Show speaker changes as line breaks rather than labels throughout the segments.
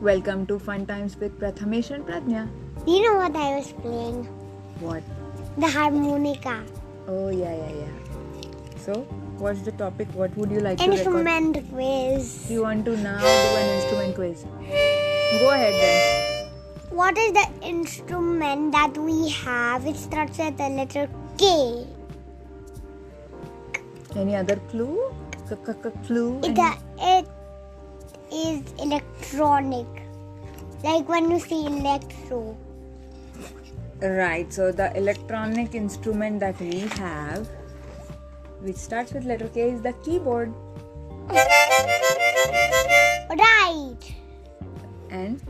Welcome to Fun Times with Prathamesh and Pradnya.
Do you know what I was playing?
What?
The harmonica.
Oh, yeah, yeah, yeah. So, what's the topic? What would you like to record?
Instrument quiz.
You want to now do an instrument quiz? Go ahead then.
What is the instrument that we have? It starts with the letter K.
Any other clue? C-c-c-clue?
It, uh, it is electronic. Like when you say electro.
Right, so the electronic instrument that we have, which starts with letter K, is the keyboard.
Right.
And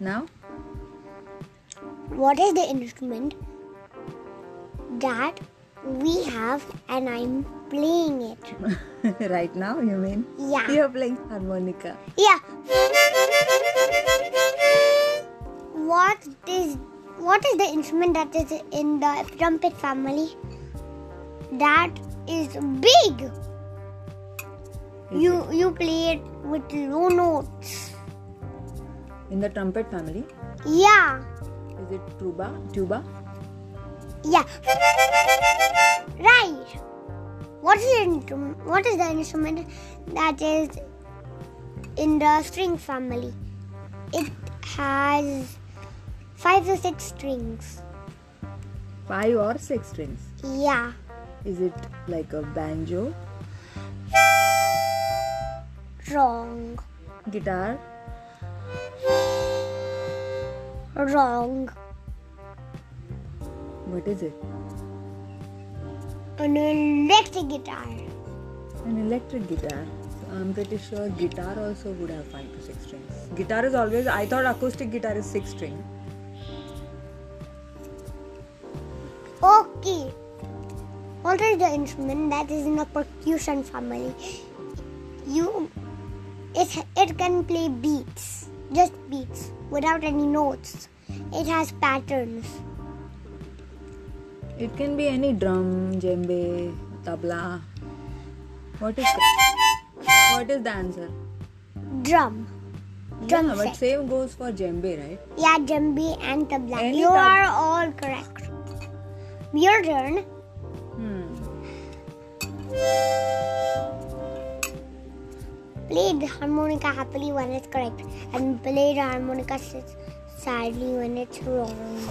now,
What is the instrument that we have and I'm playing it?
right now, you mean?
Yeah.
You're playing harmonica.
Yeah. What is what is the instrument that is in the trumpet family? That is big. You you play it with low notes.
In the trumpet family,
Yeah.
is it tuba? Tuba?
Yeah. Right. What is the instrument? What is the instrument that is in the string family? It has five or six strings.
Five or six strings?
Yeah.
Is it like a banjo,
Wrong.
guitar,
Wrong.
What is it?
An electric guitar.
An electric guitar. So I'm pretty sure guitar also would have five to six strings. Guitar is always. I thought acoustic guitar is six string.
Okay. What is the instrument that is in the percussion family? You, it, it can play beats, just beats, without any notes. It has patterns.
It can be any drum, djembe, tabla. What is the, what is the answer?
Drum. Drum
yeah, but
set.
same goes for djembe, right?
Yeah, djembe and tabla.
Any
you
tab-
are all correct. Your turn.
Hmm.
Play the harmonica happily when it's correct, and play the harmonica s- sadly when it's wrong.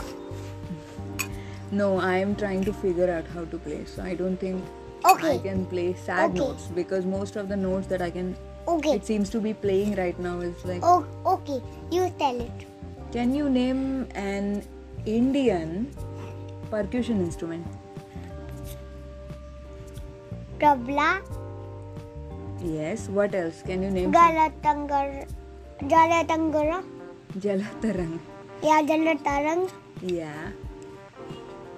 No, I am trying to figure out how to play. So I don't think I
Okay.
can play sad
Oh. Okay.
notes because most of the notes that I can,
Okay.
it seems to be playing right now is like.
Oh, okay. You tell it.
Can you name an Indian percussion instrument?
Tabla,
Yes. What else? Can you name? some?
Galatangara, Jalatangara,
Jalatarang.
yeah, Jalatarang,
Yeah.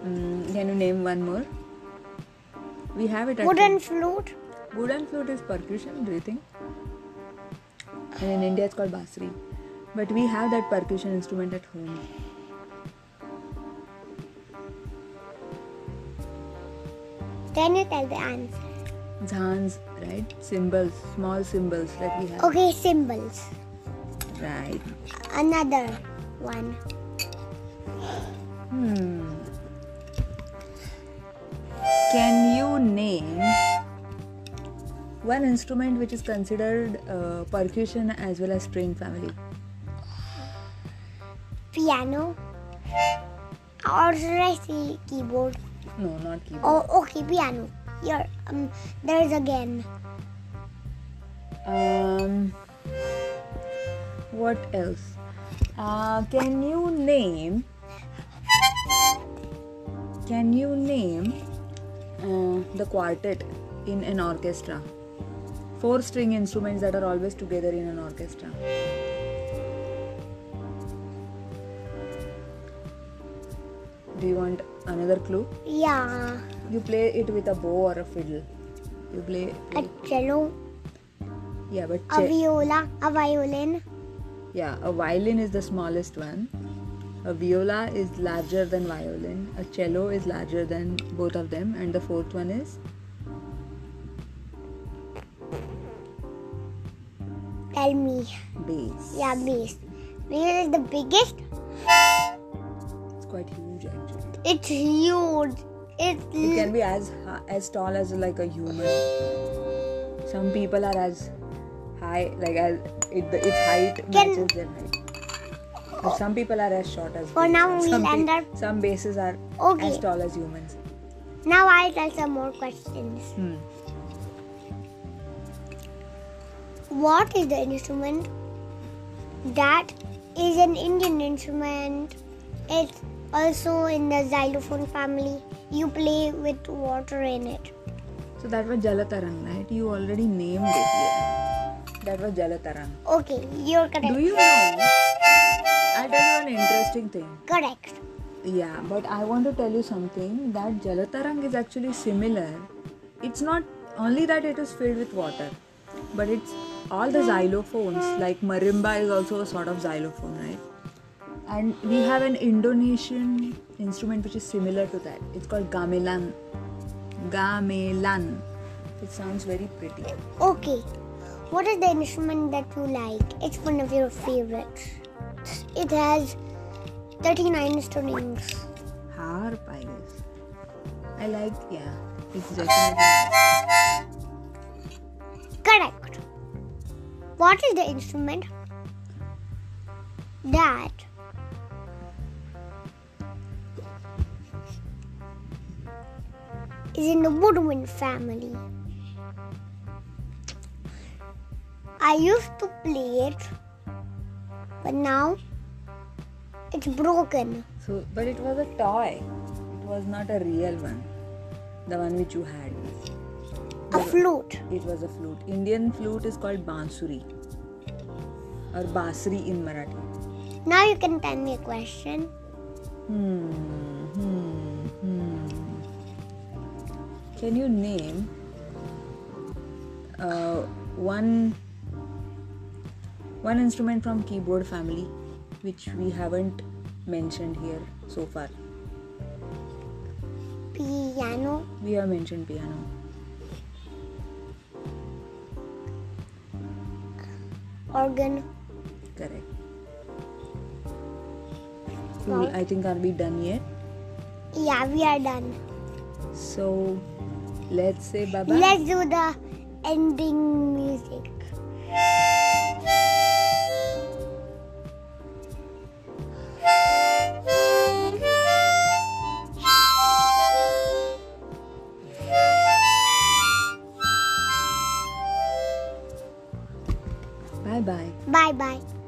Mm, can you name one more? We have it. at
wooden
home.
flute,
Wooden flute is percussion. Do you think? And in India, it's called basri. But we have that percussion instrument at home.
then you tell the answer.
Zhans, right? Cymbals, small cymbals that we have.
Okay, symbols. Oh.
Right.
Another one.
Hmm. Can you name one instrument which is considered uh, percussion as well as string family?
Piano, or should I say keyboard?
No, not keyboard.
Oh, okay, piano. Here, um, there's again.
Um, what else? Uh, can you name? Can you name uh, the quartet in an orchestra? Four string instruments that are always together in an orchestra. Do you want another clue?
Yeah,
You play it with a bow or a fiddle. You play,
a cello,
yeah, but
a
che-
viola, a violin,
Yeah, a violin is the smallest one. A viola is larger than violin. A cello is larger than both of them, and the fourth one is
tell me.
bass.
Yeah, bass. Real is the biggest.
It's quite huge actually.
It's huge. It's
It
l-
can be as hi- as tall as like a human. Some people are as high like as it, the, its height
Can-
matches their height. But some people are as short as.
For
bases.
now, we'll
some
end up-
Some bases are
Okay.
as tall as humans.
now I'll tell some more questions.
Hmm.
What is the instrument that is an Indian instrument? It's also in the xylophone family. You play with water in it.
So that was Jalatarang, right? You already named it. Yeah. That was Jalatarang.
Okay, you're correct.
Do you know? I'll tell you an interesting thing.
Correct.
Yeah, but I want to tell you something that Jalatarang is actually similar. It's not only that it is filled with water, but it's all the xylophones, like marimba is also a sort of xylophone, right? And we have an Indonesian instrument which is similar to that. It's called gamelan. Gamelan. It sounds very pretty.
Okay. What is the instrument that you like? It's one of your favorites. It has 39 strings.
Harp, I guess. I like, yeah. It's definitely.
Correct. What is the instrument that is in the woodwind family? I used to play it, but now it's broken.
So, but it was a toy. It was not a real one. The one which you had.
A flute.
It was a flute. Indian flute is called bansuri or basri in Marathi.
Now you can tell me a question.
Hmm. Hmm. Hmm. Can you name uh, one one instrument from keyboard family which we haven't mentioned here so far?
Piano.
We have mentioned piano.
Organ.
Correct. Cool. I think are we done yet?
Yeah, we are done.
So let's say bye bye.
Let's do the ending music.
Bye bye.
Bye bye.